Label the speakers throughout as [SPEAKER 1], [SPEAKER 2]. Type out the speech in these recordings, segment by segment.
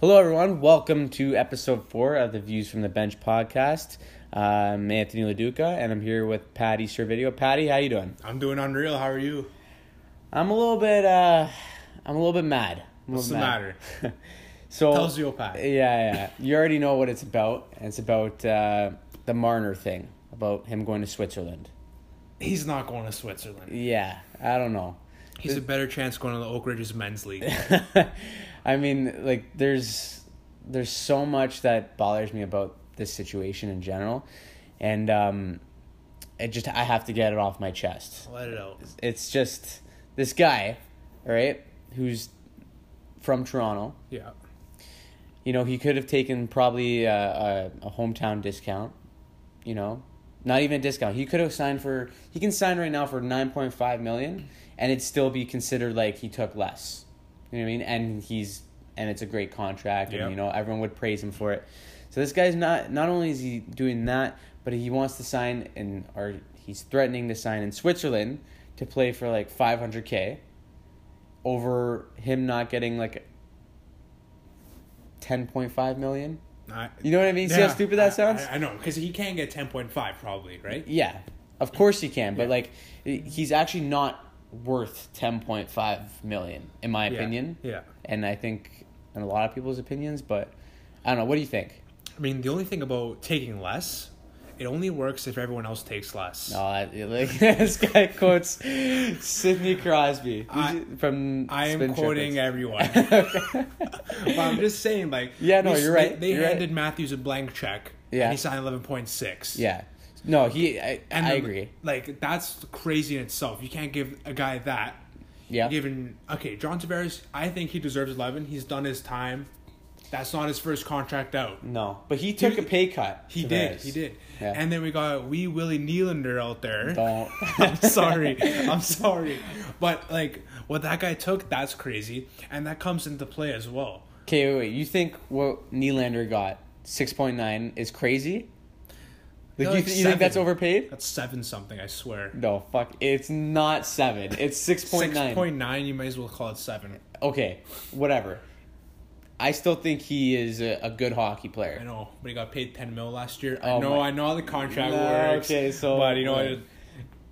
[SPEAKER 1] Hello, everyone. Welcome to episode four of the Views from the Bench podcast. I'm Anthony Laduca, and I'm here with Patty Servideo. Patty, how you doing?
[SPEAKER 2] I'm doing unreal. How are you?
[SPEAKER 1] I'm a little bit, uh, I'm a little bit mad. I'm a
[SPEAKER 2] What's the
[SPEAKER 1] little
[SPEAKER 2] matter?
[SPEAKER 1] matter? so,
[SPEAKER 2] Tell us your path.
[SPEAKER 1] Yeah, yeah. You already know what it's about. It's about uh, the Marner thing, about him going to Switzerland.
[SPEAKER 2] He's not going to Switzerland.
[SPEAKER 1] Yeah, I don't know.
[SPEAKER 2] He's a better chance going to the Oak Ridges men's league.
[SPEAKER 1] I mean, like there's there's so much that bothers me about this situation in general, and um, it just I have to get it off my chest.
[SPEAKER 2] Let it out.
[SPEAKER 1] It's just this guy, all right, who's from Toronto.
[SPEAKER 2] Yeah.
[SPEAKER 1] You know, he could have taken probably a, a, a hometown discount. You know, not even a discount. He could have signed for. He can sign right now for nine point five million, and it'd still be considered like he took less. You know what I mean? And he's and it's a great contract,
[SPEAKER 2] Yeah.
[SPEAKER 1] and you know everyone would praise him for it. So this guy's not not only is he doing that, but he wants to sign in or he's threatening to sign in Switzerland to play for like five hundred k. Over him not getting like ten point five million.
[SPEAKER 2] I,
[SPEAKER 1] You know what I mean? See how stupid that sounds?
[SPEAKER 2] I, I know, because he can get 10.5 probably, right?
[SPEAKER 1] Yeah, of course he can, but
[SPEAKER 2] Yeah.
[SPEAKER 1] like i- he's actually not worth ten point five million, in my
[SPEAKER 2] Yeah.
[SPEAKER 1] opinion.
[SPEAKER 2] Yeah.
[SPEAKER 1] and I think in a lot of people's opinions, but I don't know. What do you think?
[SPEAKER 2] I mean, the only thing about taking less, it only works if everyone else takes less.
[SPEAKER 1] No, I, like this guy quotes Sidney Crosby
[SPEAKER 2] I-
[SPEAKER 1] from.
[SPEAKER 2] I am
[SPEAKER 1] Spin
[SPEAKER 2] quoting
[SPEAKER 1] Triplets.
[SPEAKER 2] everyone. but I'm just saying, like,
[SPEAKER 1] Yeah, no,
[SPEAKER 2] we-
[SPEAKER 1] you're right,
[SPEAKER 2] They, they
[SPEAKER 1] you're right.
[SPEAKER 2] handed Matthews a blank check.
[SPEAKER 1] Yeah.
[SPEAKER 2] And he signed 11.6.
[SPEAKER 1] yeah, no, he. I,
[SPEAKER 2] And
[SPEAKER 1] I
[SPEAKER 2] then,
[SPEAKER 1] agree.
[SPEAKER 2] Like that's crazy in itself. You can't give a guy that.
[SPEAKER 1] Yeah.
[SPEAKER 2] Given okay, John Tavares, I think he deserves eleven. He's done his time. That's not his first contract out.
[SPEAKER 1] No, but he took
[SPEAKER 2] He-
[SPEAKER 1] a pay cut.
[SPEAKER 2] He did.
[SPEAKER 1] Tavares.
[SPEAKER 2] He did.
[SPEAKER 1] Yeah.
[SPEAKER 2] And then we got Wee Willie Nylander out there.
[SPEAKER 1] Don't.
[SPEAKER 2] I'm sorry. I'm sorry. But like what that guy took, that's crazy, and that comes into play as well.
[SPEAKER 1] Okay, wait, wait. You think what Nylander got six point nine is crazy? Like
[SPEAKER 2] No,
[SPEAKER 1] you,
[SPEAKER 2] like
[SPEAKER 1] th- you think that's
[SPEAKER 2] seven.
[SPEAKER 1] overpaid?
[SPEAKER 2] That's seven something. I swear.
[SPEAKER 1] No, fuck. It's not seven. It's six point
[SPEAKER 2] Six
[SPEAKER 1] nine.
[SPEAKER 2] point nine. You might as well call it seven.
[SPEAKER 1] Okay, whatever. I still think he is a, a good hockey
[SPEAKER 2] I
[SPEAKER 1] player.
[SPEAKER 2] know, but he got paid ten mil last year.
[SPEAKER 1] Oh
[SPEAKER 2] I know,
[SPEAKER 1] my-
[SPEAKER 2] I know how the contract
[SPEAKER 1] Nah,
[SPEAKER 2] works.
[SPEAKER 1] okay, so-
[SPEAKER 2] but you know,
[SPEAKER 1] yeah.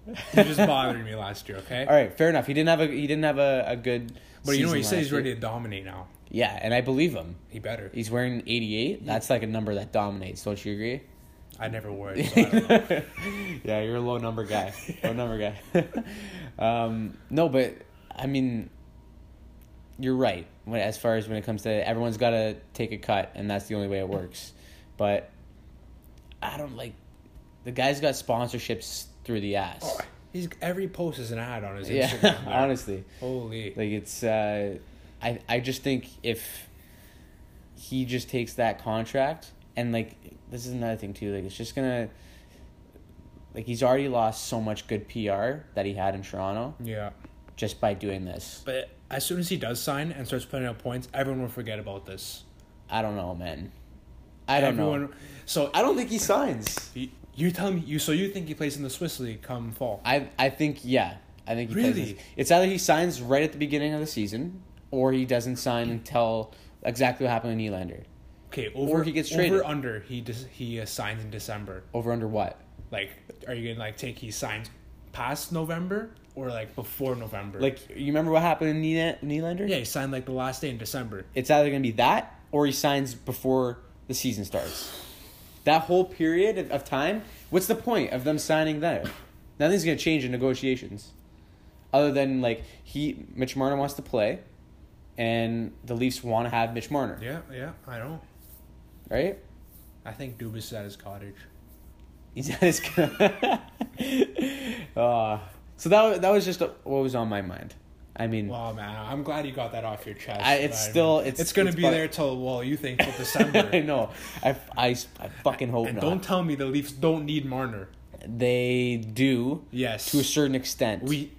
[SPEAKER 2] it, it just bothered me last year. Okay,
[SPEAKER 1] All right, fair enough. He didn't have a he didn't have a, a good.
[SPEAKER 2] but you know, he
[SPEAKER 1] season
[SPEAKER 2] said he's
[SPEAKER 1] last year.
[SPEAKER 2] ready to dominate now.
[SPEAKER 1] Yeah, and I believe him.
[SPEAKER 2] He better.
[SPEAKER 1] He's wearing eighty eight. That's like a number that dominates. Don't you agree?
[SPEAKER 2] I never worried. So I don't know.
[SPEAKER 1] yeah, you're a low number guy. Low number guy. um, no, but I mean, you're right. When, as far as when it comes to everyone's got to take a cut, and that's the only way it works. But I don't like the guy's got sponsorships through the ass.
[SPEAKER 2] Oh, he's every post is an ad on his
[SPEAKER 1] yeah,
[SPEAKER 2] Instagram. there.
[SPEAKER 1] honestly,
[SPEAKER 2] Holy.
[SPEAKER 1] like it's. Uh, I I just think if he just takes that contract and like this is another thing too like it's just gonna like he's already lost so much good pr that he had in toronto
[SPEAKER 2] yeah,
[SPEAKER 1] just by doing this
[SPEAKER 2] but as soon as he does sign and starts putting up points, everyone will forget about this.
[SPEAKER 1] i don't know man i don't
[SPEAKER 2] everyone,
[SPEAKER 1] know
[SPEAKER 2] So
[SPEAKER 1] i don't think he signs
[SPEAKER 2] you- you tell me you. So you think he plays in the Swiss league come fall?
[SPEAKER 1] i i think yeah i think he plays
[SPEAKER 2] Really?
[SPEAKER 1] this- it's either he signs right at the beginning of the season or he doesn't sign until exactly what happened to Nylander.
[SPEAKER 2] Okay, over
[SPEAKER 1] he gets
[SPEAKER 2] over
[SPEAKER 1] traded.
[SPEAKER 2] under he dis, he uh, signs in December.
[SPEAKER 1] over under what
[SPEAKER 2] Like, are you gonna like take he signs past November or like before November?
[SPEAKER 1] like you remember what happened to Nyla- Nylander?
[SPEAKER 2] yeah, he signed like the last day in December.
[SPEAKER 1] it's either going to be that or he signs before the season starts. That whole period of, of time, what's the point of them signing that? Nothing's going to change in negotiations, other than like he Mitch Marner wants to play, and the Leafs want to have Mitch Marner,
[SPEAKER 2] Yeah, yeah, I don't.
[SPEAKER 1] right?
[SPEAKER 2] I think Dubas is at his cottage.
[SPEAKER 1] He's not as good. uh, so that wa- that was just what was on my mind. I mean,
[SPEAKER 2] Wow, man, I'm glad you got that off your chest.
[SPEAKER 1] I- it's
[SPEAKER 2] but
[SPEAKER 1] still-
[SPEAKER 2] mean,
[SPEAKER 1] it's-
[SPEAKER 2] it's gonna
[SPEAKER 1] it's
[SPEAKER 2] be
[SPEAKER 1] bu-
[SPEAKER 2] there till well, you think till
[SPEAKER 1] I
[SPEAKER 2] December.
[SPEAKER 1] know. I, I, I fucking hope
[SPEAKER 2] and
[SPEAKER 1] not.
[SPEAKER 2] don't tell me the Leafs don't need Marner.
[SPEAKER 1] They do
[SPEAKER 2] Yes,
[SPEAKER 1] to a certain extent.
[SPEAKER 2] we.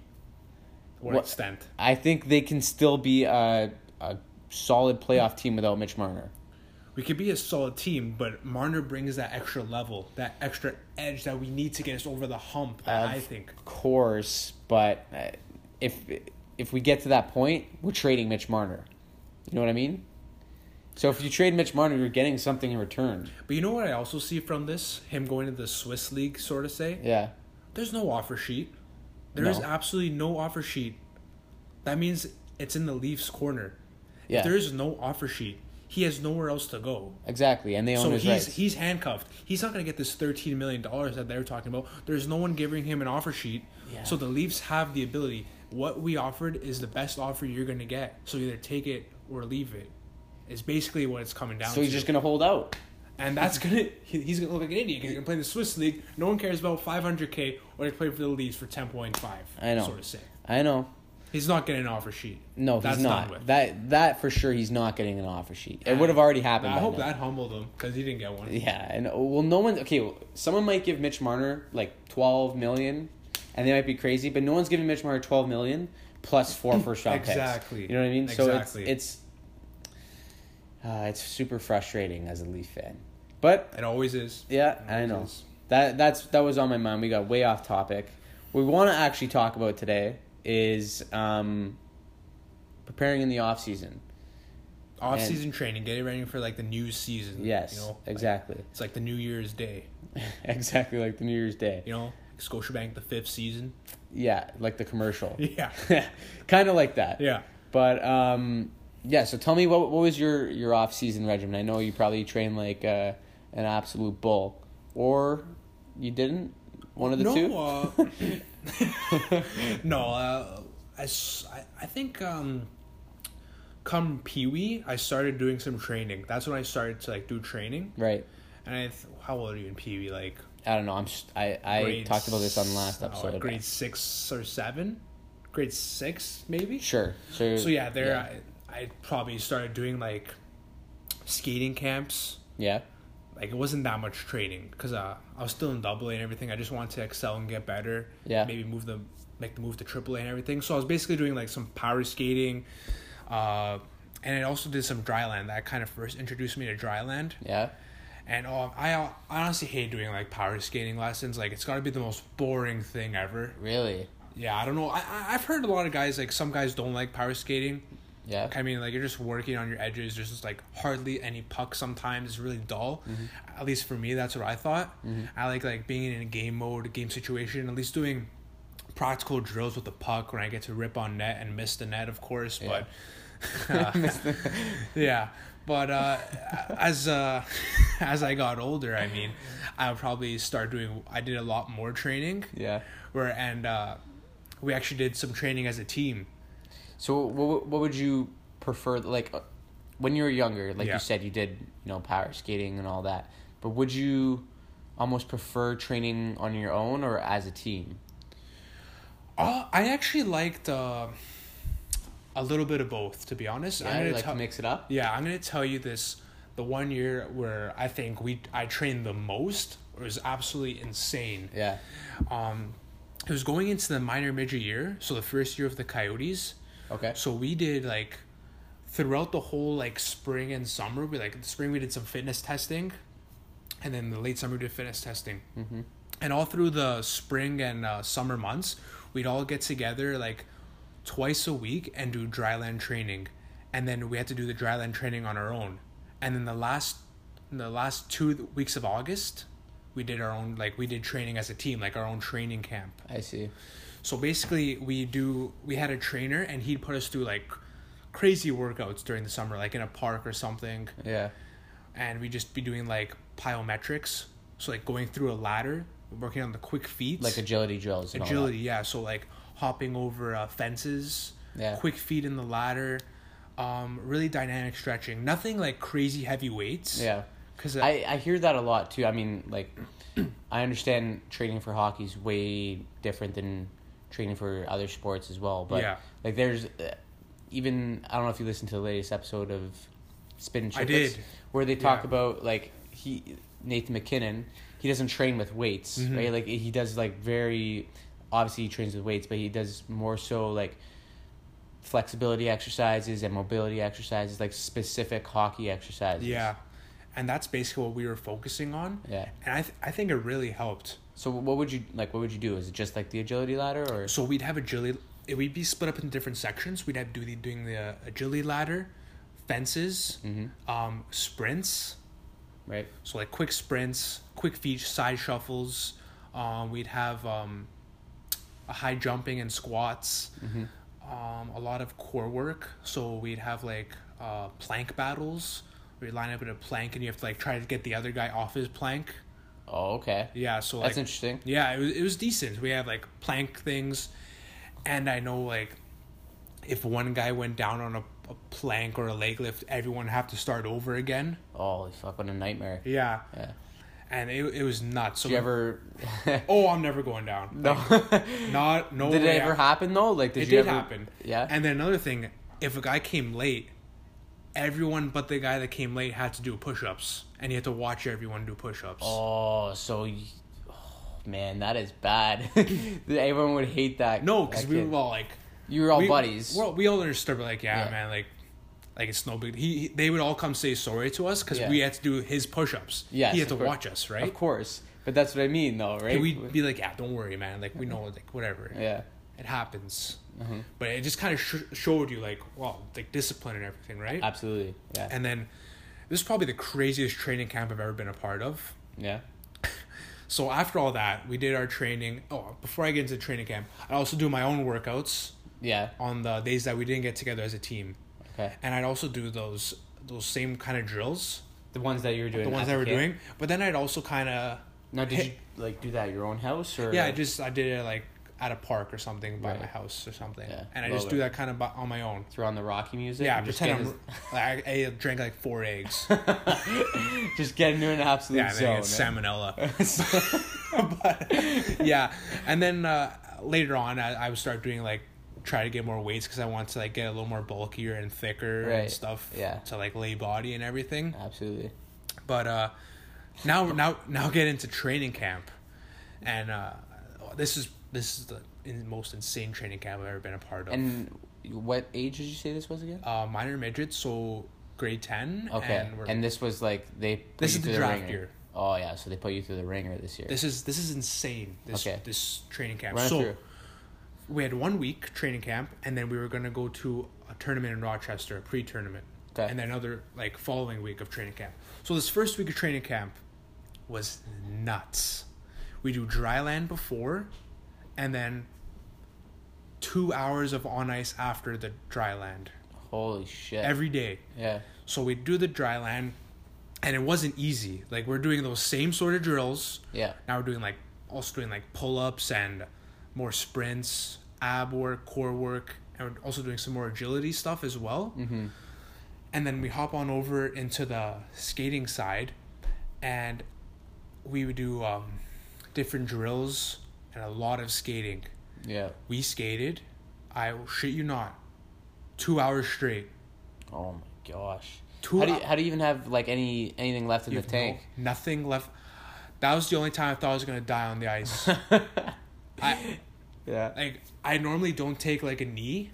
[SPEAKER 2] What,
[SPEAKER 1] What-
[SPEAKER 2] extent?
[SPEAKER 1] I think they can still be a, a solid playoff team without Mitch Marner.
[SPEAKER 2] We could be a solid team, but Marner brings that extra level, that extra edge that we need to get us over the hump.
[SPEAKER 1] Of
[SPEAKER 2] I think.
[SPEAKER 1] course, but uh, if if we get to that point, we're trading Mitch Marner. You know what I mean? So if you trade Mitch Marner, you're getting something in return.
[SPEAKER 2] But you know what I also see from this? Him going to the Swiss league, sort of say?
[SPEAKER 1] Yeah.
[SPEAKER 2] There's no offer sheet. There is
[SPEAKER 1] No.
[SPEAKER 2] absolutely no offer sheet. That means it's in the Leafs' corner.
[SPEAKER 1] Yeah.
[SPEAKER 2] There is no offer sheet. He has nowhere else to go.
[SPEAKER 1] Exactly, and they own
[SPEAKER 2] So
[SPEAKER 1] his
[SPEAKER 2] he's
[SPEAKER 1] rights.
[SPEAKER 2] he's handcuffed. He's not going to get this thirteen million dollars that they're talking about. There's no one giving him an offer sheet.
[SPEAKER 1] Yeah.
[SPEAKER 2] So the Leafs have the ability. What we offered is the best offer you're going to get. So either take it or leave it. Is basically what it's coming down
[SPEAKER 1] so he's
[SPEAKER 2] to.
[SPEAKER 1] just gonna hold out.
[SPEAKER 2] and that's gonna he- he's gonna look like an idiot. 'cause He's gonna play in the Swiss league. No one cares about 500k or he played for the Leafs for 10.5.
[SPEAKER 1] I know.
[SPEAKER 2] Sort of say
[SPEAKER 1] I know.
[SPEAKER 2] he's not getting an offer sheet.
[SPEAKER 1] No, he's
[SPEAKER 2] That's done
[SPEAKER 1] not.
[SPEAKER 2] with.
[SPEAKER 1] That that for sure, he's not getting an offer sheet. It would have already happened.
[SPEAKER 2] I
[SPEAKER 1] by
[SPEAKER 2] hope
[SPEAKER 1] now.
[SPEAKER 2] that humbled him because he didn't get one.
[SPEAKER 1] Yeah, and uh, well, no one. Okay, well, someone might give Mitch Marner like twelve million, and they might be crazy, but no one's giving Mitch Marner twelve million plus four first round picks.
[SPEAKER 2] Exactly.
[SPEAKER 1] You know what I mean?
[SPEAKER 2] Exactly.
[SPEAKER 1] So it's it's uh, it's super frustrating as a Leaf fan, but
[SPEAKER 2] It always is.
[SPEAKER 1] yeah,
[SPEAKER 2] It
[SPEAKER 1] I know
[SPEAKER 2] always is.
[SPEAKER 1] that that's that was on my mind. We got way off topic. What we want to actually talk about today is um, preparing in the off season.
[SPEAKER 2] Off season training, getting ready for like the new season.
[SPEAKER 1] Yes,
[SPEAKER 2] You know? Like,
[SPEAKER 1] exactly,
[SPEAKER 2] it's like the New Year's Day.
[SPEAKER 1] exactly like the New Year's Day.
[SPEAKER 2] You know? Scotiabank the fifth season.
[SPEAKER 1] Yeah, like the commercial.
[SPEAKER 2] Yeah.
[SPEAKER 1] kind of like that.
[SPEAKER 2] Yeah.
[SPEAKER 1] But um, yeah. So tell me, what what was your your off season regimen? I know you probably trained like uh, an absolute bull, or you didn't. One of the
[SPEAKER 2] no,
[SPEAKER 1] two.
[SPEAKER 2] Uh, no, uh, I, s- I- I think um, come Pee Wee, I started doing some training. That's when I started to like do training.
[SPEAKER 1] right.
[SPEAKER 2] And I, th- how old are you in Pee Wee? Like
[SPEAKER 1] I don't know. I'm. s- I I
[SPEAKER 2] grade
[SPEAKER 1] talked about this on
[SPEAKER 2] s-
[SPEAKER 1] last
[SPEAKER 2] oh,
[SPEAKER 1] episode.
[SPEAKER 2] grade six or seven, grade six maybe.
[SPEAKER 1] Sure. So,
[SPEAKER 2] So yeah, there
[SPEAKER 1] Yeah.
[SPEAKER 2] I, I probably started doing like skating camps.
[SPEAKER 1] yeah.
[SPEAKER 2] Like it wasn't that much training because uh, I was still in double A and everything. I just wanted to excel and get better.
[SPEAKER 1] Yeah.
[SPEAKER 2] Maybe move the make the move to triple A and everything. So I was basically doing like some power skating, uh, and I also did some dry land. That kind of first introduced me to dry land.
[SPEAKER 1] Yeah.
[SPEAKER 2] And oh, I I honestly hate doing like power skating lessons. Like it's got to be the most boring thing ever.
[SPEAKER 1] Really.
[SPEAKER 2] Yeah, I don't know. I I- I've heard a lot of guys like some guys don't like power skating.
[SPEAKER 1] Yeah.
[SPEAKER 2] I mean, like you're just working on your edges. There's just like hardly any puck. Sometimes it's really dull. At least for me, that's what I thought. I like like being in a game mode, a game situation. At least doing practical drills with the puck when I get to rip on net and miss the net, of course. But yeah, but uh, as uh, as I got older, I mean, I'll probably start doing. I did a lot more training.
[SPEAKER 1] Yeah.
[SPEAKER 2] Where and uh, we actually did some training as a team.
[SPEAKER 1] So what what would you prefer like uh, when you were younger like
[SPEAKER 2] Yeah.
[SPEAKER 1] you said you did you know power skating and all that but would you almost prefer training on your own or as a team
[SPEAKER 2] Uh, I actually liked uh, a little bit of both, to be honest. I'm
[SPEAKER 1] yeah
[SPEAKER 2] gonna
[SPEAKER 1] Uh, like
[SPEAKER 2] tell-
[SPEAKER 1] to mix it up
[SPEAKER 2] yeah, I'm gonna tell you this. The one year where I think we I trained the most was absolutely insane.
[SPEAKER 1] yeah
[SPEAKER 2] Um, it was going into the minor major year, so the first year of the Coyotes.
[SPEAKER 1] okay
[SPEAKER 2] So we did like throughout the whole like spring and summer. We like the spring we did some fitness testing, and then the late summer we did fitness testing. Mm-hmm. And all through the spring and uh, summer months, we'd all get together like twice a week and do dry land training, and then we had to do the dry land training on our own. And then the last, the last two weeks of August, we did our own like we did training as a team, like our own training camp.
[SPEAKER 1] I see
[SPEAKER 2] So basically, we do we had a trainer and he'd put us through like crazy workouts during the summer, like in a park or something,
[SPEAKER 1] yeah
[SPEAKER 2] and we'd just be doing like plyometrics, so like going through a ladder, working on the quick feet,
[SPEAKER 1] like agility drills and all that.
[SPEAKER 2] agility, yeah. So like hopping over uh, fences,
[SPEAKER 1] Yeah.
[SPEAKER 2] quick feet in the ladder, um, really dynamic stretching. Nothing like crazy heavy weights, uh,
[SPEAKER 1] yeah
[SPEAKER 2] Because
[SPEAKER 1] I I hear that a lot too I mean like I understand training for hockey is way different than training for other sports as well but
[SPEAKER 2] Yeah.
[SPEAKER 1] like there's uh, even I don't know if you listened to the latest episode of Spin and
[SPEAKER 2] I
[SPEAKER 1] Chicklets,
[SPEAKER 2] did.
[SPEAKER 1] where they talk
[SPEAKER 2] Yeah.
[SPEAKER 1] about like he Nathan McKinnon he doesn't train with weights
[SPEAKER 2] Mm-hmm.
[SPEAKER 1] right like he does like very obviously he trains with weights but he does more so like flexibility exercises and mobility exercises like specific hockey exercises
[SPEAKER 2] yeah, and that's basically what we were focusing on.
[SPEAKER 1] yeah
[SPEAKER 2] And I th- I think it really helped.
[SPEAKER 1] So what would you like? What would you do? Is it just like the agility ladder, or
[SPEAKER 2] So we'd have agility. We'd be split up into different sections. We'd have do the doing the agility ladder, fences, um, sprints.
[SPEAKER 1] right?
[SPEAKER 2] So like quick sprints, quick feet, side shuffles. Um, we'd have um, a high jumping and squats. Um, a lot of core work. So we'd have like uh, plank battles. where you line up in a plank and you have to like try to get the other guy off his plank.
[SPEAKER 1] Oh, okay.
[SPEAKER 2] Yeah. So like
[SPEAKER 1] That's interesting.
[SPEAKER 2] yeah, it was it was decent. We had like plank things, and I know like if one guy went down on a, a plank or a leg lift, everyone have to start over again.
[SPEAKER 1] Holy fuck, what a nightmare.
[SPEAKER 2] Yeah.
[SPEAKER 1] Yeah.
[SPEAKER 2] And it, it was nuts. So
[SPEAKER 1] Did you ever?
[SPEAKER 2] Oh, I'm never going down.
[SPEAKER 1] no.
[SPEAKER 2] Not no
[SPEAKER 1] did
[SPEAKER 2] way.
[SPEAKER 1] it ever happen though? Like, did
[SPEAKER 2] oh, It
[SPEAKER 1] you
[SPEAKER 2] did
[SPEAKER 1] ever?
[SPEAKER 2] happen.
[SPEAKER 1] Yeah.
[SPEAKER 2] And then another thing, if a guy came late, everyone but the guy that came late had to do push-ups, and you had to watch everyone do push-ups.
[SPEAKER 1] oh, so. You, oh, man, that is bad. Everyone would hate that.
[SPEAKER 2] no, because
[SPEAKER 1] that
[SPEAKER 2] we
[SPEAKER 1] kid.
[SPEAKER 2] were all like,
[SPEAKER 1] You were all
[SPEAKER 2] we,
[SPEAKER 1] buddies.
[SPEAKER 2] Well, we all understood, but like, yeah,
[SPEAKER 1] Yeah.
[SPEAKER 2] man, like, like it's no big. He, he- they would all come say sorry to us because
[SPEAKER 1] Yeah.
[SPEAKER 2] we had to do his push-ups.
[SPEAKER 1] Yes,
[SPEAKER 2] he had
[SPEAKER 1] of
[SPEAKER 2] to
[SPEAKER 1] course.
[SPEAKER 2] watch us, right?
[SPEAKER 1] Of course, but that's what I mean, though, right?
[SPEAKER 2] And we'd be like, yeah, don't worry, man. Like we know, like whatever.
[SPEAKER 1] yeah. Mm-hmm.
[SPEAKER 2] It happens. But it just kind of sh- showed you, like, well, like discipline and everything, right?
[SPEAKER 1] Absolutely. Yeah.
[SPEAKER 2] And then this is probably the craziest training camp I've ever been a part of.
[SPEAKER 1] yeah.
[SPEAKER 2] So after all that, we did our training. Oh, before I get into the training camp, I also do my own workouts
[SPEAKER 1] Yeah.
[SPEAKER 2] on the days that we didn't get together as a team.
[SPEAKER 1] Okay.
[SPEAKER 2] and I'd also do those those same kind of drills,
[SPEAKER 1] The ones that you were doing.
[SPEAKER 2] the ones
[SPEAKER 1] as
[SPEAKER 2] that
[SPEAKER 1] a
[SPEAKER 2] we're
[SPEAKER 1] kid?
[SPEAKER 2] doing. But then I'd also kind of
[SPEAKER 1] Now, did you
[SPEAKER 2] Hit-
[SPEAKER 1] like do that at your own house or?
[SPEAKER 2] yeah, I just I did it like at a park or something by my
[SPEAKER 1] Right.
[SPEAKER 2] house or something,
[SPEAKER 1] Yeah,
[SPEAKER 2] and I
[SPEAKER 1] love
[SPEAKER 2] just
[SPEAKER 1] it.
[SPEAKER 2] do that kind of by, on my own.
[SPEAKER 1] throw on the Rocky music.
[SPEAKER 2] Yeah,
[SPEAKER 1] and just
[SPEAKER 2] pretend I'm
[SPEAKER 1] get
[SPEAKER 2] like, I, I drank like four eggs.
[SPEAKER 1] in- just get into an absolute
[SPEAKER 2] yeah, I
[SPEAKER 1] zone.
[SPEAKER 2] think it's salmonella. but, yeah, and then uh, later on, I, I would start doing like try to get more weights because I want to like get a little more bulkier and thicker
[SPEAKER 1] Right,
[SPEAKER 2] and stuff.
[SPEAKER 1] yeah.
[SPEAKER 2] to like lay body and everything.
[SPEAKER 1] Absolutely.
[SPEAKER 2] but uh now now now get into training camp and uh this is this is the in- most insane training camp i've ever been a part of
[SPEAKER 1] And what age did you say this was again?
[SPEAKER 2] uh minor midget so grade 10
[SPEAKER 1] Okay.
[SPEAKER 2] and,
[SPEAKER 1] And,
[SPEAKER 2] we're,
[SPEAKER 1] this was like they. Put
[SPEAKER 2] This
[SPEAKER 1] you
[SPEAKER 2] is the
[SPEAKER 1] through
[SPEAKER 2] draft
[SPEAKER 1] ringer.
[SPEAKER 2] year.
[SPEAKER 1] Oh yeah, so they put you through the ringer this year.
[SPEAKER 2] this is this is insane this
[SPEAKER 1] Okay.
[SPEAKER 2] this training camp
[SPEAKER 1] Run it
[SPEAKER 2] so
[SPEAKER 1] through.
[SPEAKER 2] we had one week training camp and then we were going to go to a tournament in rochester a pre-tournament
[SPEAKER 1] Okay.
[SPEAKER 2] and then another like following week of training camp so this first week of training camp was nuts we do dry land before and then two hours of on ice after the dry land
[SPEAKER 1] Holy shit.
[SPEAKER 2] every day
[SPEAKER 1] yeah.
[SPEAKER 2] so we do the dry land and it wasn't easy like we're doing those same sort of drills
[SPEAKER 1] Yeah.
[SPEAKER 2] now we're doing like also doing like pull ups and more sprints, ab work, core work, and we're also doing some more agility stuff as well. Mm-hmm. And then we hop on over into the skating side, and we would do um, different drills and a lot of skating.
[SPEAKER 1] Yeah.
[SPEAKER 2] We skated, I shit you not, two hours straight.
[SPEAKER 1] Oh my gosh.
[SPEAKER 2] Two
[SPEAKER 1] how do you,
[SPEAKER 2] hou-
[SPEAKER 1] how do you even have like any anything left in the
[SPEAKER 2] You have no-
[SPEAKER 1] tank?
[SPEAKER 2] nothing left. That was the only time I thought I was gonna die on the ice. I,
[SPEAKER 1] Yeah.
[SPEAKER 2] like I normally don't take like a knee,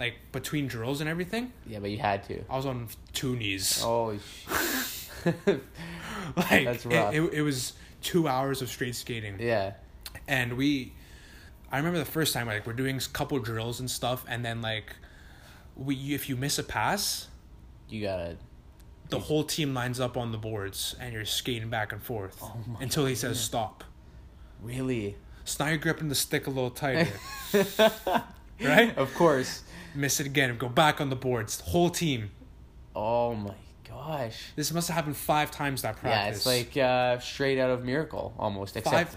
[SPEAKER 2] like between drills and everything.
[SPEAKER 1] Yeah, but you had to.
[SPEAKER 2] I was on two knees.
[SPEAKER 1] Holy shit.
[SPEAKER 2] like
[SPEAKER 1] Oh, that's
[SPEAKER 2] it-
[SPEAKER 1] rough.
[SPEAKER 2] It, it, was two hours of straight skating,
[SPEAKER 1] yeah.
[SPEAKER 2] and we. I remember the first time like we're doing a couple drills and stuff, and then like, we if you miss a pass,
[SPEAKER 1] You gotta.
[SPEAKER 2] the whole team lines up on the boards, and you're skating back and forth
[SPEAKER 1] Oh
[SPEAKER 2] until he says stop.
[SPEAKER 1] Really?
[SPEAKER 2] So now you're gripping the stick a little tighter. right?
[SPEAKER 1] Of course.
[SPEAKER 2] Miss it again. Go back on the boards. Whole team.
[SPEAKER 1] Oh my gosh.
[SPEAKER 2] This must have happened five times that practice.
[SPEAKER 1] Yeah, it's like uh, straight out of Miracle almost. Except
[SPEAKER 2] five,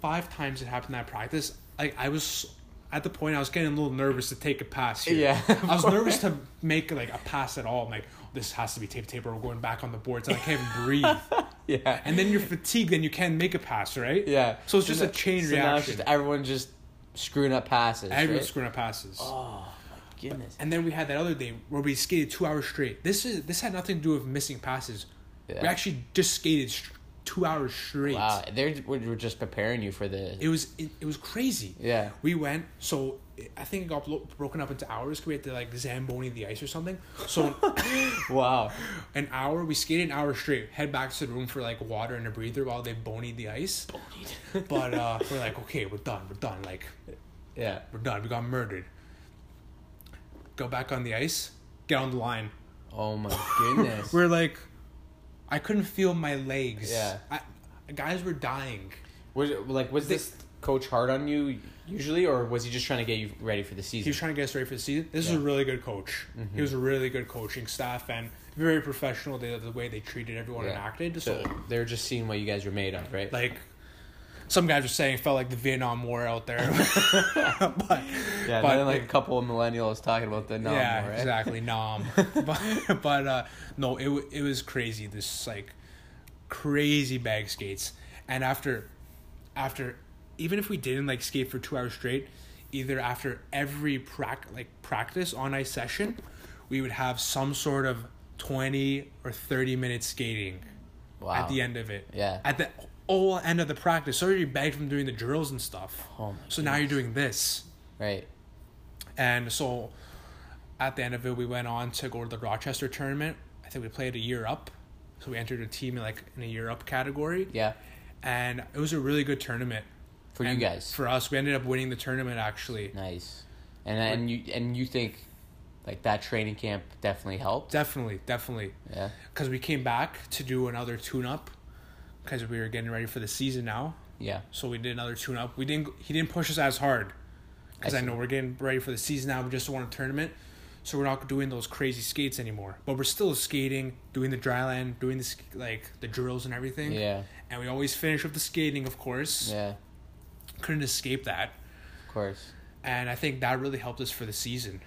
[SPEAKER 2] five times it happened that practice. Like I was at the point I was getting a little nervous to take a pass here.
[SPEAKER 1] Yeah,
[SPEAKER 2] I was
[SPEAKER 1] of
[SPEAKER 2] nervous to make like a pass at all. I'm like this has to be tape tape or we're going back on the boards and I can't even breathe.
[SPEAKER 1] yeah,
[SPEAKER 2] And then you're fatigued and you can make a pass, right?
[SPEAKER 1] yeah.
[SPEAKER 2] So it's just a chain
[SPEAKER 1] so now it's
[SPEAKER 2] reaction.
[SPEAKER 1] just everyone just screwing up passes.
[SPEAKER 2] Everyone's
[SPEAKER 1] right?
[SPEAKER 2] screwing up passes.
[SPEAKER 1] Oh my goodness.
[SPEAKER 2] And then we had that other day where we skated two hours straight. This is this had nothing to do with missing passes.
[SPEAKER 1] Yeah.
[SPEAKER 2] We actually just skated sh- two hours straight.
[SPEAKER 1] Wow, they were were just preparing you for the.
[SPEAKER 2] It was it, it was crazy.
[SPEAKER 1] Yeah.
[SPEAKER 2] We went so I think it got blo- broken up into hours. 'cause We had to like zamboni the ice or something. So
[SPEAKER 1] Wow.
[SPEAKER 2] an hour we skated an hour straight. Head back to the room for like water and a breather while they bonied the ice. But uh, we're like, okay, we're done. We're done. Like
[SPEAKER 1] yeah.
[SPEAKER 2] we're done. We got murdered. Go back on the ice. Get on the line.
[SPEAKER 1] Oh my goodness.
[SPEAKER 2] We're like, I couldn't feel my legs.
[SPEAKER 1] Yeah.
[SPEAKER 2] I, guys were dying.
[SPEAKER 1] was it, like was this coach hard on you usually, or was he just trying to get you ready for the
[SPEAKER 2] He
[SPEAKER 1] season?
[SPEAKER 2] was trying to get us ready for the season. This is
[SPEAKER 1] Yeah.
[SPEAKER 2] a really good coach. He was a really good coaching staff and very professional. The, the way they treated everyone and acted.
[SPEAKER 1] So
[SPEAKER 2] so
[SPEAKER 1] they're just seeing what you guys were made of, right?
[SPEAKER 2] like some guys were saying it felt like the Vietnam War out there. but
[SPEAKER 1] yeah,
[SPEAKER 2] but-
[SPEAKER 1] then like a couple of millennials talking about the nom,
[SPEAKER 2] yeah,
[SPEAKER 1] right?
[SPEAKER 2] exactly. Nom. but but uh, no, it wa- it was crazy. This like crazy bag skates, and after after even if we didn't like skate for two hours straight, either after every prac like practice on ice session, we would have some sort of twenty or thirty minute skating
[SPEAKER 1] Wow.
[SPEAKER 2] at the end of it.
[SPEAKER 1] Yeah.
[SPEAKER 2] At the whole end of the practice, so you're bagged from doing the drills and stuff.
[SPEAKER 1] Oh my
[SPEAKER 2] so now you're doing this.
[SPEAKER 1] Right.
[SPEAKER 2] And so at the end of it, we went on to go to the Rochester tournament. I think we played a year up. So we entered a team in like in a year up category.
[SPEAKER 1] Yeah.
[SPEAKER 2] And it was a really good tournament.
[SPEAKER 1] For you
[SPEAKER 2] And
[SPEAKER 1] guys.
[SPEAKER 2] For us, we ended up winning the tournament actually.
[SPEAKER 1] nice. And and you and you think like that training camp definitely helped?
[SPEAKER 2] Definitely, definitely.
[SPEAKER 1] Yeah.
[SPEAKER 2] Because we came back to do another tune up because we were getting ready for the season now.
[SPEAKER 1] Yeah.
[SPEAKER 2] So we did another tune up. We didn't. He didn't push us as hard because
[SPEAKER 1] I
[SPEAKER 2] I,
[SPEAKER 1] see.
[SPEAKER 2] know we're getting ready for the season now. We just won a tournament, so we're not doing those crazy skates anymore. But we're still skating, doing the dry land, doing the sk- like the drills and everything.
[SPEAKER 1] Yeah.
[SPEAKER 2] And we always finish with the skating, of course.
[SPEAKER 1] Yeah.
[SPEAKER 2] Couldn't escape that,
[SPEAKER 1] Of course.
[SPEAKER 2] and I think that really helped us for the season.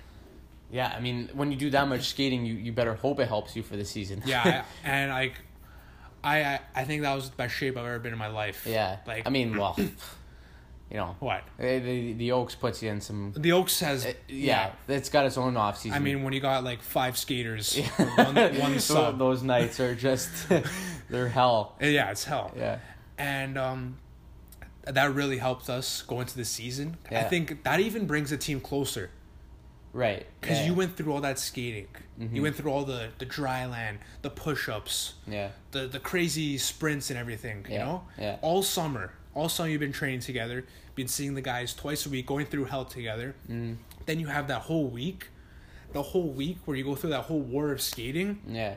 [SPEAKER 1] Yeah, I mean, when you do that much skating, you, you better hope it helps you for the season.
[SPEAKER 2] Yeah, I, and like, I, I I think that was the best shape I've ever been in my life.
[SPEAKER 1] yeah.
[SPEAKER 2] Like
[SPEAKER 1] I mean, well, you know,
[SPEAKER 2] what?
[SPEAKER 1] the, the, the Oaks puts you in some.
[SPEAKER 2] The Oaks has
[SPEAKER 1] Uh, Yeah, it's got its own off season.
[SPEAKER 2] I mean, when you got like five skaters, for one, one
[SPEAKER 1] so
[SPEAKER 2] sub.
[SPEAKER 1] those nights are just they're hell.
[SPEAKER 2] Yeah, it's hell.
[SPEAKER 1] Yeah,
[SPEAKER 2] And um, that really helped us go into the season. I
[SPEAKER 1] Yeah.
[SPEAKER 2] think that even brings the team closer
[SPEAKER 1] right.
[SPEAKER 2] because
[SPEAKER 1] yeah. Mm-hmm.
[SPEAKER 2] you went through all that skating. You went through all the, the dry land, the push ups,
[SPEAKER 1] Yeah,
[SPEAKER 2] the, the crazy sprints and everything, you
[SPEAKER 1] Yeah,
[SPEAKER 2] know?
[SPEAKER 1] yeah.
[SPEAKER 2] All summer. All summer you've been training together, been seeing the guys twice a week, going through hell together. Mm. Then you have that whole week, the whole week where you go through that whole war of skating.
[SPEAKER 1] yeah,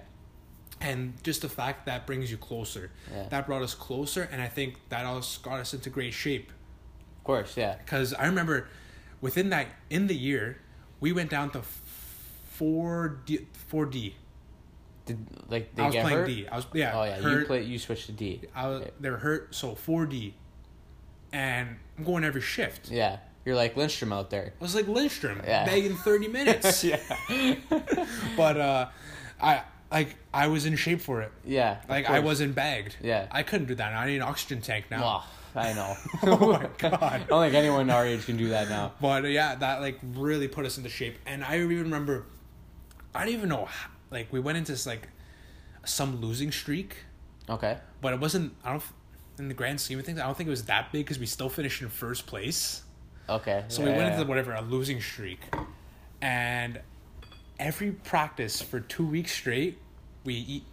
[SPEAKER 2] and just the fact that brings you closer
[SPEAKER 1] Yeah.
[SPEAKER 2] that brought us closer and i think that also got us into great shape
[SPEAKER 1] of course. Yeah,
[SPEAKER 2] because i remember within that in the year we went down to 4d 4d
[SPEAKER 1] Did, like they
[SPEAKER 2] i was
[SPEAKER 1] get
[SPEAKER 2] playing
[SPEAKER 1] hurt.
[SPEAKER 2] d i was yeah,
[SPEAKER 1] Oh yeah, you
[SPEAKER 2] hurt.
[SPEAKER 1] play. You switch to D.
[SPEAKER 2] I was, they were hurt so 4d and i'm going every shift
[SPEAKER 1] Yeah, you're like Lindstrom out there.
[SPEAKER 2] I was like Lindstrom,
[SPEAKER 1] Yeah.
[SPEAKER 2] begging thirty minutes.
[SPEAKER 1] Yeah,
[SPEAKER 2] But uh, I like I was in shape for it.
[SPEAKER 1] yeah. of
[SPEAKER 2] Like I
[SPEAKER 1] course.
[SPEAKER 2] wasn't bagged.
[SPEAKER 1] Yeah.
[SPEAKER 2] I couldn't do that. Now. I need an oxygen tank now.
[SPEAKER 1] Oh, I know.
[SPEAKER 2] Oh my God.
[SPEAKER 1] I don't think anyone our age can do that now.
[SPEAKER 2] But uh, yeah, that like really put us into shape. And I even remember, I don't even know, how, like we went into this, like some losing streak,
[SPEAKER 1] Okay.
[SPEAKER 2] but it wasn't. I don't. In the grand scheme of things, I don't think it was that big because we still finished in first place.
[SPEAKER 1] Okay.
[SPEAKER 2] So we went into whatever a losing streak, and every practice for two weeks straight, we eat,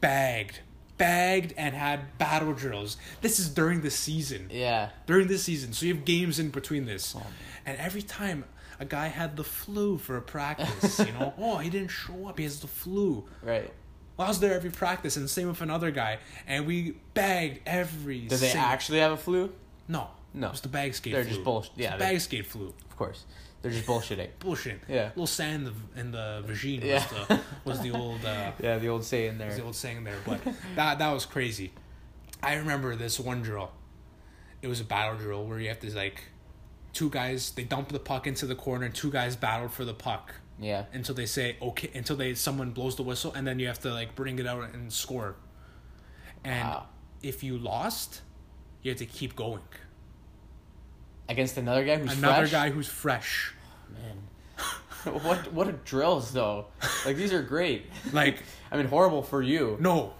[SPEAKER 2] bagged, bagged, and had battle drills. This is during the season
[SPEAKER 1] Yeah.
[SPEAKER 2] during this season. So you have games in between this.
[SPEAKER 1] Oh,
[SPEAKER 2] and every time a guy had the flu for a practice, you know, oh, he didn't show up, he has the flu.
[SPEAKER 1] Right.
[SPEAKER 2] Well, I was there every practice, and same with another guy, and we bagged every.
[SPEAKER 1] Do they
[SPEAKER 2] single-
[SPEAKER 1] actually have a flu?
[SPEAKER 2] No,
[SPEAKER 1] No.
[SPEAKER 2] It's the bag skate.
[SPEAKER 1] They're
[SPEAKER 2] flu.
[SPEAKER 1] just bullsh-
[SPEAKER 2] It's
[SPEAKER 1] yeah,
[SPEAKER 2] the
[SPEAKER 1] they-
[SPEAKER 2] bag skate flu.
[SPEAKER 1] Of course. They're just bullshitting.
[SPEAKER 2] Bullshit.
[SPEAKER 1] Yeah.
[SPEAKER 2] little sand in the, in the vagina
[SPEAKER 1] Yeah.
[SPEAKER 2] was the was the old uh,
[SPEAKER 1] yeah, the old saying there.
[SPEAKER 2] was the old saying there, but that that was crazy. I remember this one drill. It was a battle drill where you have to like two guys they dump the puck into the corner and two guys battle for the puck
[SPEAKER 1] yeah.
[SPEAKER 2] until they say okay until they someone blows the whistle and then you have to like bring it out and score. And
[SPEAKER 1] Wow.
[SPEAKER 2] if you lost, you had to keep going.
[SPEAKER 1] Against another guy who's
[SPEAKER 2] Another
[SPEAKER 1] fresh?
[SPEAKER 2] guy who's fresh.
[SPEAKER 1] Man. what what a drills though. Like these are great.
[SPEAKER 2] Like
[SPEAKER 1] I mean horrible for you.
[SPEAKER 2] no.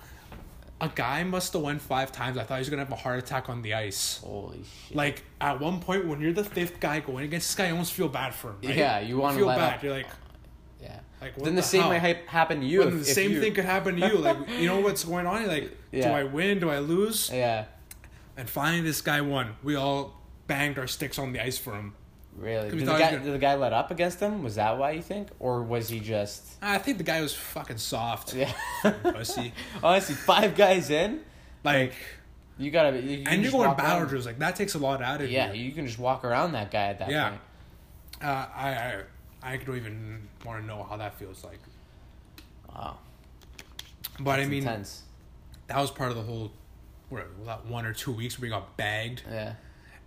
[SPEAKER 2] A guy must have won five times. I thought he was gonna have a heart attack on the ice.
[SPEAKER 1] Holy shit.
[SPEAKER 2] Like at one point when you're the fifth guy going against this guy, you almost feel bad for him. Right?
[SPEAKER 1] Yeah, you wanna
[SPEAKER 2] feel
[SPEAKER 1] let
[SPEAKER 2] bad.
[SPEAKER 1] up.
[SPEAKER 2] You're like,
[SPEAKER 1] yeah.
[SPEAKER 2] like, what
[SPEAKER 1] then
[SPEAKER 2] the
[SPEAKER 1] the, same
[SPEAKER 2] hell?
[SPEAKER 1] might hap- happen to you.
[SPEAKER 2] and
[SPEAKER 1] if-
[SPEAKER 2] the
[SPEAKER 1] if
[SPEAKER 2] same
[SPEAKER 1] you-
[SPEAKER 2] thing could happen to you. Like, you know what's going on? You're like, do
[SPEAKER 1] Yeah.
[SPEAKER 2] I win? Do I lose?
[SPEAKER 1] Yeah.
[SPEAKER 2] And finally, this guy won. We all banged our sticks on the ice for him.
[SPEAKER 1] Really?
[SPEAKER 2] 'Cause we
[SPEAKER 1] Did the,
[SPEAKER 2] thought he was
[SPEAKER 1] guy,
[SPEAKER 2] gonna-
[SPEAKER 1] did the guy let up against him? Was that why you think? Or was he just.
[SPEAKER 2] Ah, I think the guy was fucking soft.
[SPEAKER 1] Yeah.
[SPEAKER 2] Pussy.
[SPEAKER 1] Honestly, five guys in,
[SPEAKER 2] Like,
[SPEAKER 1] you gotta. You, you
[SPEAKER 2] and
[SPEAKER 1] can
[SPEAKER 2] you're
[SPEAKER 1] just
[SPEAKER 2] going
[SPEAKER 1] walk
[SPEAKER 2] battle
[SPEAKER 1] around-
[SPEAKER 2] drills. Like, that takes a lot out of
[SPEAKER 1] Yeah,
[SPEAKER 2] you.
[SPEAKER 1] you can just walk around that guy at that
[SPEAKER 2] Yeah.
[SPEAKER 1] point.
[SPEAKER 2] Uh, I, I, I don't even want to know how that feels like.
[SPEAKER 1] Wow.
[SPEAKER 2] But I
[SPEAKER 1] It's
[SPEAKER 2] mean,
[SPEAKER 1] intense.
[SPEAKER 2] that was part of the whole, what, that one or two weeks where we got bagged.
[SPEAKER 1] Yeah.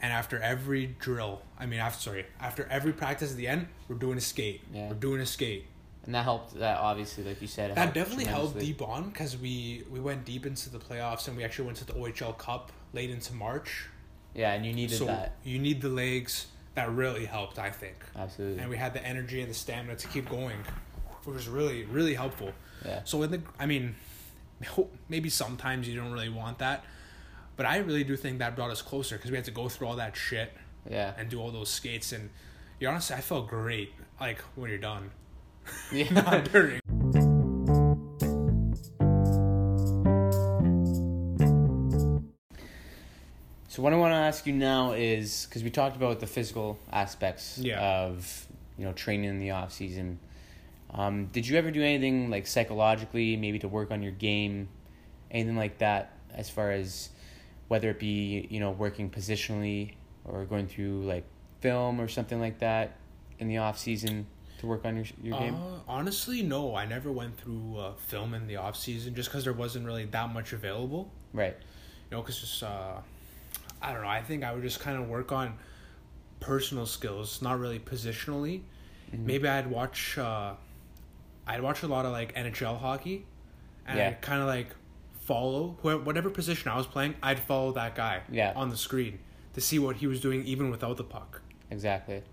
[SPEAKER 2] And after every drill, I mean, after sorry, after every practice at the end, we're doing a skate.
[SPEAKER 1] Yeah.
[SPEAKER 2] We're doing a skate.
[SPEAKER 1] And that helped, that obviously, like you said. it
[SPEAKER 2] That definitely held
[SPEAKER 1] tremendously.
[SPEAKER 2] deep on because we we went deep into the playoffs and we actually went to the OHL Cup late into March.
[SPEAKER 1] Yeah, and you needed
[SPEAKER 2] so
[SPEAKER 1] that.
[SPEAKER 2] you need the legs. That really helped, I think.
[SPEAKER 1] Absolutely.
[SPEAKER 2] And we had the energy and the stamina to keep going, which was really really helpful.
[SPEAKER 1] Yeah.
[SPEAKER 2] So in the, I mean, maybe sometimes you don't really want that, but I really do think that brought us closer because we had to go through all that shit.
[SPEAKER 1] yeah.
[SPEAKER 2] and do all those skates and you honestly I felt great like when you're done.
[SPEAKER 1] yeah.
[SPEAKER 2] During.
[SPEAKER 1] So what I want to ask you now is because we talked about the physical aspects
[SPEAKER 2] Yeah.
[SPEAKER 1] of you know training in the off season. Um, did you ever do anything like psychologically, maybe to work on your game, anything like that? As far as whether it be you know working positionally or going through like film or something like that in the off season to work on your your
[SPEAKER 2] Uh,
[SPEAKER 1] game.
[SPEAKER 2] honestly, no, I never went through uh, film in the off season just because there wasn't really that much available.
[SPEAKER 1] Right.
[SPEAKER 2] You know, because just uh, I don't know. I think I would just kind of work on personal skills, not really positionally.
[SPEAKER 1] Mm-hmm.
[SPEAKER 2] Maybe I'd watch uh, I'd watch a lot of like NHL hockey, and
[SPEAKER 1] Yeah.
[SPEAKER 2] I'd kind of like follow whoever, whatever position I was playing. I'd follow that guy
[SPEAKER 1] Yeah.
[SPEAKER 2] on the screen to see what he was doing, even without the puck.
[SPEAKER 1] Exactly.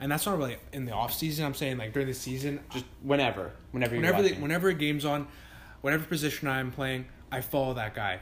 [SPEAKER 2] And that's not really in the off season. I'm saying like during the season, just
[SPEAKER 1] Whenever. Whenever. You're
[SPEAKER 2] whenever
[SPEAKER 1] whenever.
[SPEAKER 2] they, whenever a game's on, whatever position I'm playing, I follow that guy.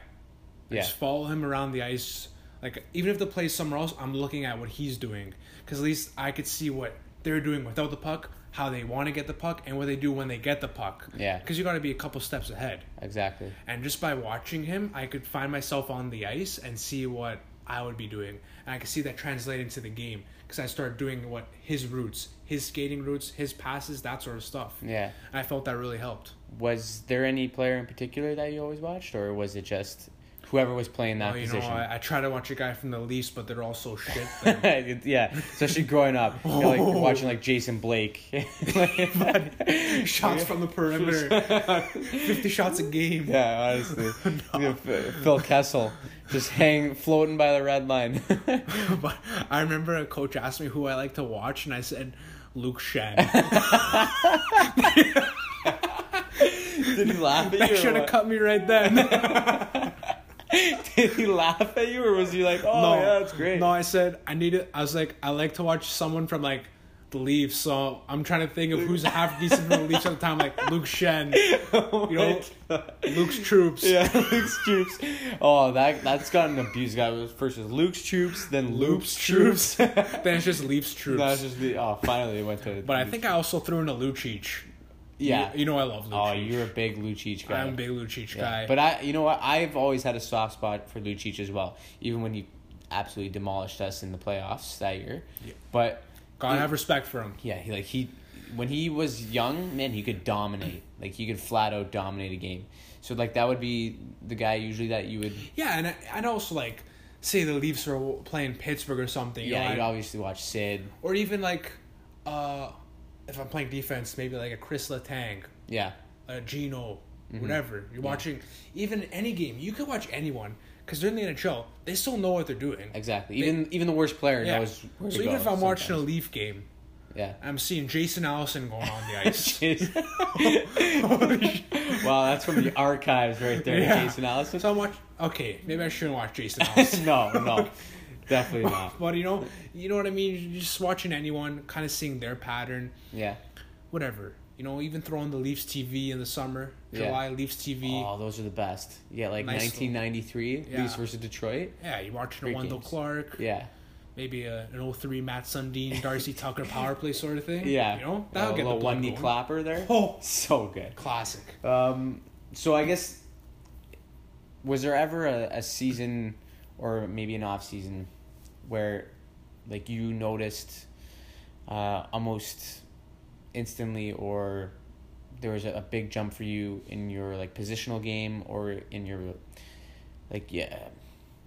[SPEAKER 2] I
[SPEAKER 1] Yeah.
[SPEAKER 2] Just follow him around the ice. Like even if the play's somewhere else, I'm looking at what he's doing because at least I could see what they're doing without the puck, how they want to get the puck, and what they do when they get the puck.
[SPEAKER 1] Yeah.
[SPEAKER 2] Because you got to be a couple steps ahead.
[SPEAKER 1] Exactly.
[SPEAKER 2] And just by watching him, I could find myself on the ice and see what I would be doing. And I could see that translate into the game because I started doing what his routes, his skating routes, his passes, that sort of stuff.
[SPEAKER 1] Yeah.
[SPEAKER 2] And I felt that really helped.
[SPEAKER 1] Was there any player in particular that you always watched, or was it just whoever was playing that
[SPEAKER 2] Well, Oh, you
[SPEAKER 1] position?
[SPEAKER 2] know, I, I try to watch a guy from the Leafs, but they're all so shit. that-
[SPEAKER 1] It- yeah, especially growing up, you know, like
[SPEAKER 2] Oh.
[SPEAKER 1] you're watching like Jason Blake.
[SPEAKER 2] shots from the perimeter, fifty shots a game.
[SPEAKER 1] Oh, yeah, honestly, You know, Ph- Phil Kessel just hang floating by the red line.
[SPEAKER 2] but I remember a coach asked me who I like to watch, and I said Luke Shen.
[SPEAKER 1] Did he laugh at
[SPEAKER 2] They
[SPEAKER 1] you?
[SPEAKER 2] should
[SPEAKER 1] or
[SPEAKER 2] have
[SPEAKER 1] what?
[SPEAKER 2] cut me right then.
[SPEAKER 1] Did he laugh at you, or was he like, "Oh yeah, that's great"?
[SPEAKER 2] No, I said I need it. I was like, I like to watch someone from like the Leafs, so I'm trying to think of who's half decent from the Leafs at the time, like Luke Shen,
[SPEAKER 1] Oh
[SPEAKER 2] you know,
[SPEAKER 1] my God.
[SPEAKER 2] Luke's troops.
[SPEAKER 1] Yeah, Luke's troops. Oh, that that's gotten abused. Guy was first is Luke's troops, then Luke's troops. That's
[SPEAKER 2] Then it's just Leafs troops.
[SPEAKER 1] just the oh. Finally, it went to.
[SPEAKER 2] but I think I also threw in a Lucic.
[SPEAKER 1] yeah.
[SPEAKER 2] you, you know I love
[SPEAKER 1] oh,
[SPEAKER 2] Lucic.
[SPEAKER 1] you're a big Lucic guy.
[SPEAKER 2] I'm a big Lucic
[SPEAKER 1] Yeah.
[SPEAKER 2] guy.
[SPEAKER 1] But I, you know what? I've always had a soft spot for Lucic as well. Even when he absolutely demolished us in the playoffs that year. But
[SPEAKER 2] gotta have respect for him.
[SPEAKER 1] yeah, he like he when he was young, man, he could dominate. Like he could flat out dominate a game. So like that would be the guy usually that you would.
[SPEAKER 2] Yeah, and I, I'd also like say the Leafs are playing Pittsburgh or something. you know,
[SPEAKER 1] Yeah,
[SPEAKER 2] I'd-
[SPEAKER 1] you'd obviously watch Sid.
[SPEAKER 2] or even like, uh, if I'm playing defense, maybe like a Chris Letang,
[SPEAKER 1] Yeah.
[SPEAKER 2] a Gino,
[SPEAKER 1] Mm-hmm.
[SPEAKER 2] whatever. You're watching even any game. You could watch anyone because they're in the NHL. They still know what they're doing.
[SPEAKER 1] Exactly. Even even the worst player
[SPEAKER 2] Yeah.
[SPEAKER 1] knows where
[SPEAKER 2] so
[SPEAKER 1] to
[SPEAKER 2] even
[SPEAKER 1] go
[SPEAKER 2] if I'm watching a
[SPEAKER 1] sometimes.
[SPEAKER 2] Leaf game,
[SPEAKER 1] yeah.
[SPEAKER 2] I'm seeing Jason Allison going on the ice.
[SPEAKER 1] wow, that's from the archives right there,
[SPEAKER 2] Yeah.
[SPEAKER 1] Jason Allison.
[SPEAKER 2] so I'm watch. Okay, maybe I shouldn't watch Jason Allison.
[SPEAKER 1] no, no, definitely not.
[SPEAKER 2] But you know, you know what I mean. You're just watching anyone, kind of seeing their pattern.
[SPEAKER 1] Yeah.
[SPEAKER 2] whatever. You know, even throwing the Leafs TV in the summer,
[SPEAKER 1] Yeah.
[SPEAKER 2] July Leafs TV.
[SPEAKER 1] Oh, those are the best. Yeah, like
[SPEAKER 2] Nice little-
[SPEAKER 1] 1993,
[SPEAKER 2] Yeah.
[SPEAKER 1] Leafs versus Detroit.
[SPEAKER 2] Yeah, you're watching
[SPEAKER 1] Great
[SPEAKER 2] a Wendell
[SPEAKER 1] games.
[SPEAKER 2] Clark,
[SPEAKER 1] Yeah.
[SPEAKER 2] maybe a, an 03 Matt Sundin, Darcy Tucker power play sort of thing.
[SPEAKER 1] Yeah.
[SPEAKER 2] you know
[SPEAKER 1] Uh,
[SPEAKER 2] that'll
[SPEAKER 1] a
[SPEAKER 2] get the
[SPEAKER 1] little
[SPEAKER 2] blood
[SPEAKER 1] one knee
[SPEAKER 2] going.
[SPEAKER 1] clapper there.
[SPEAKER 2] Oh,
[SPEAKER 1] So good.
[SPEAKER 2] classic.
[SPEAKER 1] Um, so I guess was there ever a, a season or maybe an off season where like you noticed uh, almost instantly, or there was a, a big jump for you in your like positional game or in your like yeah,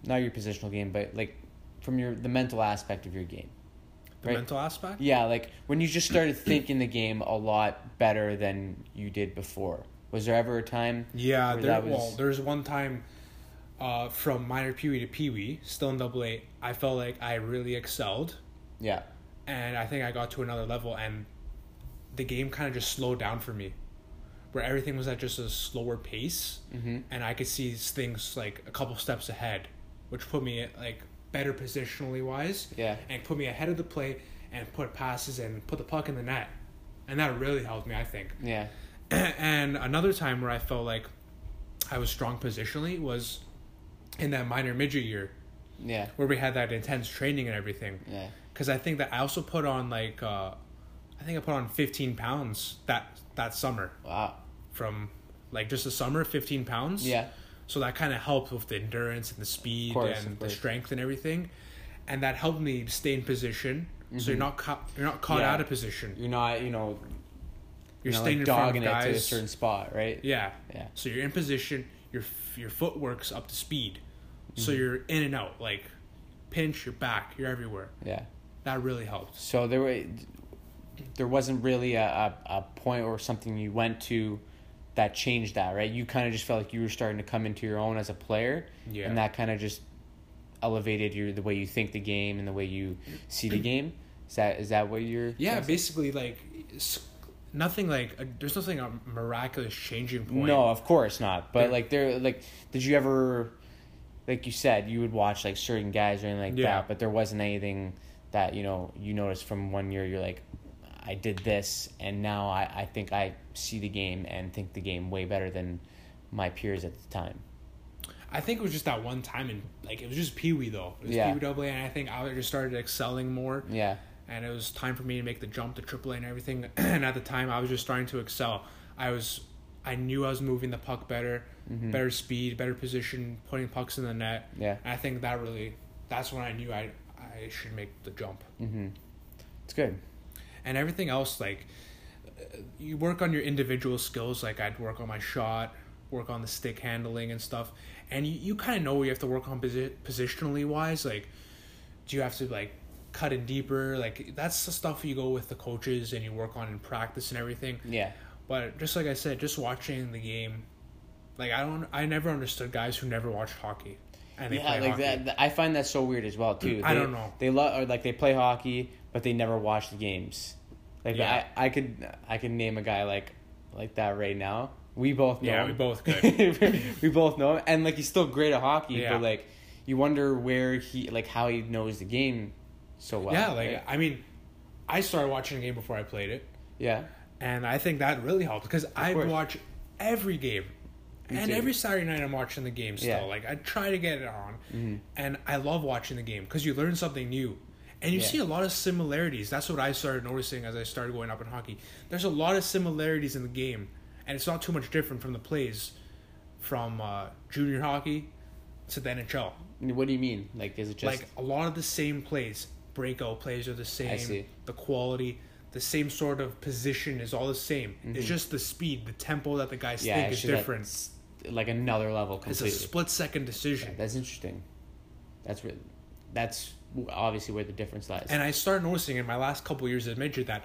[SPEAKER 1] not your positional game, but like from your the mental aspect of your game.
[SPEAKER 2] The
[SPEAKER 1] Right.
[SPEAKER 2] mental aspect.
[SPEAKER 1] Yeah, like when you just started thinking the game a lot better than you did before. Was there ever a time?
[SPEAKER 2] Yeah,
[SPEAKER 1] Where
[SPEAKER 2] there.
[SPEAKER 1] that was-
[SPEAKER 2] Well, there's one time, uh, from minor pee wee to pee wee, still in double A. I felt like I really excelled,
[SPEAKER 1] Yeah.
[SPEAKER 2] and I think I got to another level, and the game kind of just slowed down for me, where everything was at just a slower pace, and I could see things like a couple steps ahead, which put me at, like better positionally wise,
[SPEAKER 1] Yeah.
[SPEAKER 2] and put me ahead of the play, and put passes and put the puck in the net, and that really helped me. I think
[SPEAKER 1] Yeah.
[SPEAKER 2] and another time where I felt like I was strong positionally was in that minor midget year
[SPEAKER 1] Yeah.
[SPEAKER 2] where we had that intense training and everything.
[SPEAKER 1] Yeah.
[SPEAKER 2] Because I think that I also put on like, uh, I think I put on 15 pounds that that summer
[SPEAKER 1] Wow.
[SPEAKER 2] from like just the summer, 15 pounds.
[SPEAKER 1] Yeah.
[SPEAKER 2] So that kind of helped with the endurance and the speed
[SPEAKER 1] course,
[SPEAKER 2] and
[SPEAKER 1] of
[SPEAKER 2] the
[SPEAKER 1] course.
[SPEAKER 2] strength and everything, and that helped me stay in position. So you're not caught, you're not caught
[SPEAKER 1] Mm-hmm. Yeah.
[SPEAKER 2] out of position. You're,
[SPEAKER 1] You're not, you know, you're, not
[SPEAKER 2] staying
[SPEAKER 1] like
[SPEAKER 2] in front
[SPEAKER 1] dogging
[SPEAKER 2] of
[SPEAKER 1] it to a
[SPEAKER 2] guys.
[SPEAKER 1] certain spot, right?
[SPEAKER 2] Yeah.
[SPEAKER 1] Yeah.
[SPEAKER 2] So you're in position. Your your footwork's up to speed.
[SPEAKER 1] Mm-hmm.
[SPEAKER 2] So you're in and out, like pinch. You're back. You're everywhere.
[SPEAKER 1] Yeah.
[SPEAKER 2] That really helps.
[SPEAKER 1] So there were, there wasn't really a, a, a point or something you went to that changed that, right? You kind of just felt like you were starting to come into your own as a player.
[SPEAKER 2] Yeah.
[SPEAKER 1] And that kind of just elevated your the way you think the game and the way you see the game. Is that is that what you're
[SPEAKER 2] Yeah.
[SPEAKER 1] trying to say?
[SPEAKER 2] Basically, like s- nothing. Like a, there's nothing a miraculous changing point.
[SPEAKER 1] No, of course not. But
[SPEAKER 2] Yeah.
[SPEAKER 1] like there like did you ever like you said, you would watch like certain guys or anything like
[SPEAKER 2] Yeah.
[SPEAKER 1] that, but there wasn't anything that, you know, you noticed from one year you're like, I did this and now I, I think I see the game and think the game way better than my peers at the time.
[SPEAKER 2] I think it was just that one time, and like it was just Pee Wee though. It was
[SPEAKER 1] Yeah.
[SPEAKER 2] Pee Wee Double A, and I think I just started excelling more.
[SPEAKER 1] Yeah.
[SPEAKER 2] and it was time for me to make the jump to AAA and everything. and at the time, I was just starting to excel. I was, I knew I was moving the puck better, better speed, better position, putting pucks in the net.
[SPEAKER 1] Mm-hmm. Yeah.
[SPEAKER 2] And I think that really, that's when I knew I I should make the jump.
[SPEAKER 1] It's good.
[SPEAKER 2] And everything else, like, uh, you work on your individual skills. Like I'd work on my shot, work on the stick handling and stuff. And you, you kind of know where you have to work on posi- positionally wise, like do you have to like cut in deeper like that's the stuff you go with the coaches and you work on in practice and everything
[SPEAKER 1] Yeah.
[SPEAKER 2] but just like i said just watching the game like i don't i never understood guys who never watched hockey and they
[SPEAKER 1] Yeah,
[SPEAKER 2] play
[SPEAKER 1] like
[SPEAKER 2] hockey.
[SPEAKER 1] that. th- I find that so weird as well too.
[SPEAKER 2] I
[SPEAKER 1] They-
[SPEAKER 2] don't know.
[SPEAKER 1] They love or like they play hockey, but they never watch the games. Like
[SPEAKER 2] Yeah.
[SPEAKER 1] I, I could, I could name a guy like, like that right now. We both know.
[SPEAKER 2] Yeah,
[SPEAKER 1] him.
[SPEAKER 2] we both
[SPEAKER 1] we both know him, and like he's still great at hockey,
[SPEAKER 2] Yeah.
[SPEAKER 1] but like, you wonder where he, like how he knows the game so well.
[SPEAKER 2] yeah like
[SPEAKER 1] right?
[SPEAKER 2] i mean i started watching the game before i played it
[SPEAKER 1] yeah,
[SPEAKER 2] and i think that really helped because i
[SPEAKER 1] course.
[SPEAKER 2] watch every game and
[SPEAKER 1] too.
[SPEAKER 2] every saturday night i'm watching the game still
[SPEAKER 1] Yeah. Mm-hmm.
[SPEAKER 2] like i try to get it on and i love watching the game because you learn something new and you
[SPEAKER 1] Yeah.
[SPEAKER 2] see a lot of similarities that's what i started noticing as i started going up in hockey there's a lot of similarities in the game and it's not too much different from the plays from uh, junior hockey to the nhl
[SPEAKER 1] what do you mean? Like, is it just?
[SPEAKER 2] like a lot of the same plays. Breakout plays are the same.
[SPEAKER 1] see.
[SPEAKER 2] The quality, the same sort of position is all the same. It's just the speed, the tempo that the guys
[SPEAKER 1] Mm-hmm. yeah,
[SPEAKER 2] think
[SPEAKER 1] it's
[SPEAKER 2] is
[SPEAKER 1] just, like,
[SPEAKER 2] different.
[SPEAKER 1] s- Like another level
[SPEAKER 2] it's
[SPEAKER 1] completely.
[SPEAKER 2] a split second decision.
[SPEAKER 1] That's interesting. That's re- that's obviously where the difference lies.
[SPEAKER 2] and I started noticing in my last couple years as major that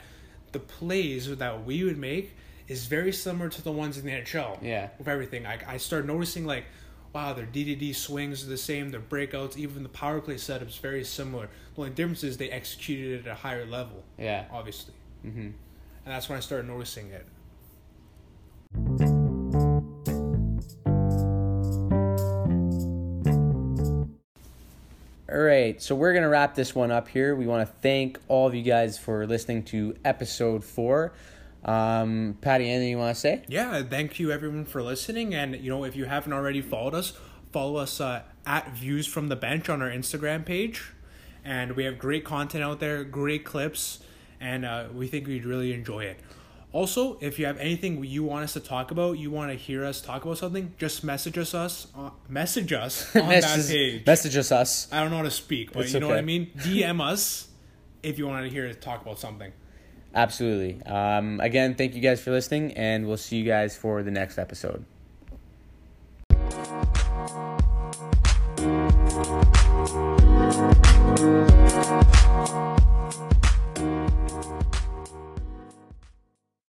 [SPEAKER 2] the plays that we would make is very similar to the ones in the NHL.
[SPEAKER 1] Yeah.
[SPEAKER 2] With everything, I, I started noticing like, wow, their DDD swings are the same, their breakouts, even the power play setups very similar. The only difference is they executed it at a higher level.
[SPEAKER 1] yeah.
[SPEAKER 2] obviously. Mm-hmm. And that's when I started noticing it.
[SPEAKER 1] All right, so we're going to wrap this one up here. We want to thank all of you guys for listening to episode four. Um, Patty, anything you want to say?
[SPEAKER 2] Yeah, thank you everyone for listening. And, you know, if you haven't already followed us, follow us uh, at Views from the Bench on our Instagram page. And we have great content out there, great clips, and uh, we think you'd really enjoy it. Also, if you have anything you want us to talk about, you want to hear us talk about something, just message us, us uh, message us on that
[SPEAKER 1] message,
[SPEAKER 2] page.
[SPEAKER 1] message us. us.
[SPEAKER 2] I don't know how to speak, but
[SPEAKER 1] It's
[SPEAKER 2] you know what I
[SPEAKER 1] okay.
[SPEAKER 2] mean? DM us if you wanted to hear us talk about something.
[SPEAKER 1] Absolutely. Um, again, thank you guys for listening, and we'll see you guys for the next episode.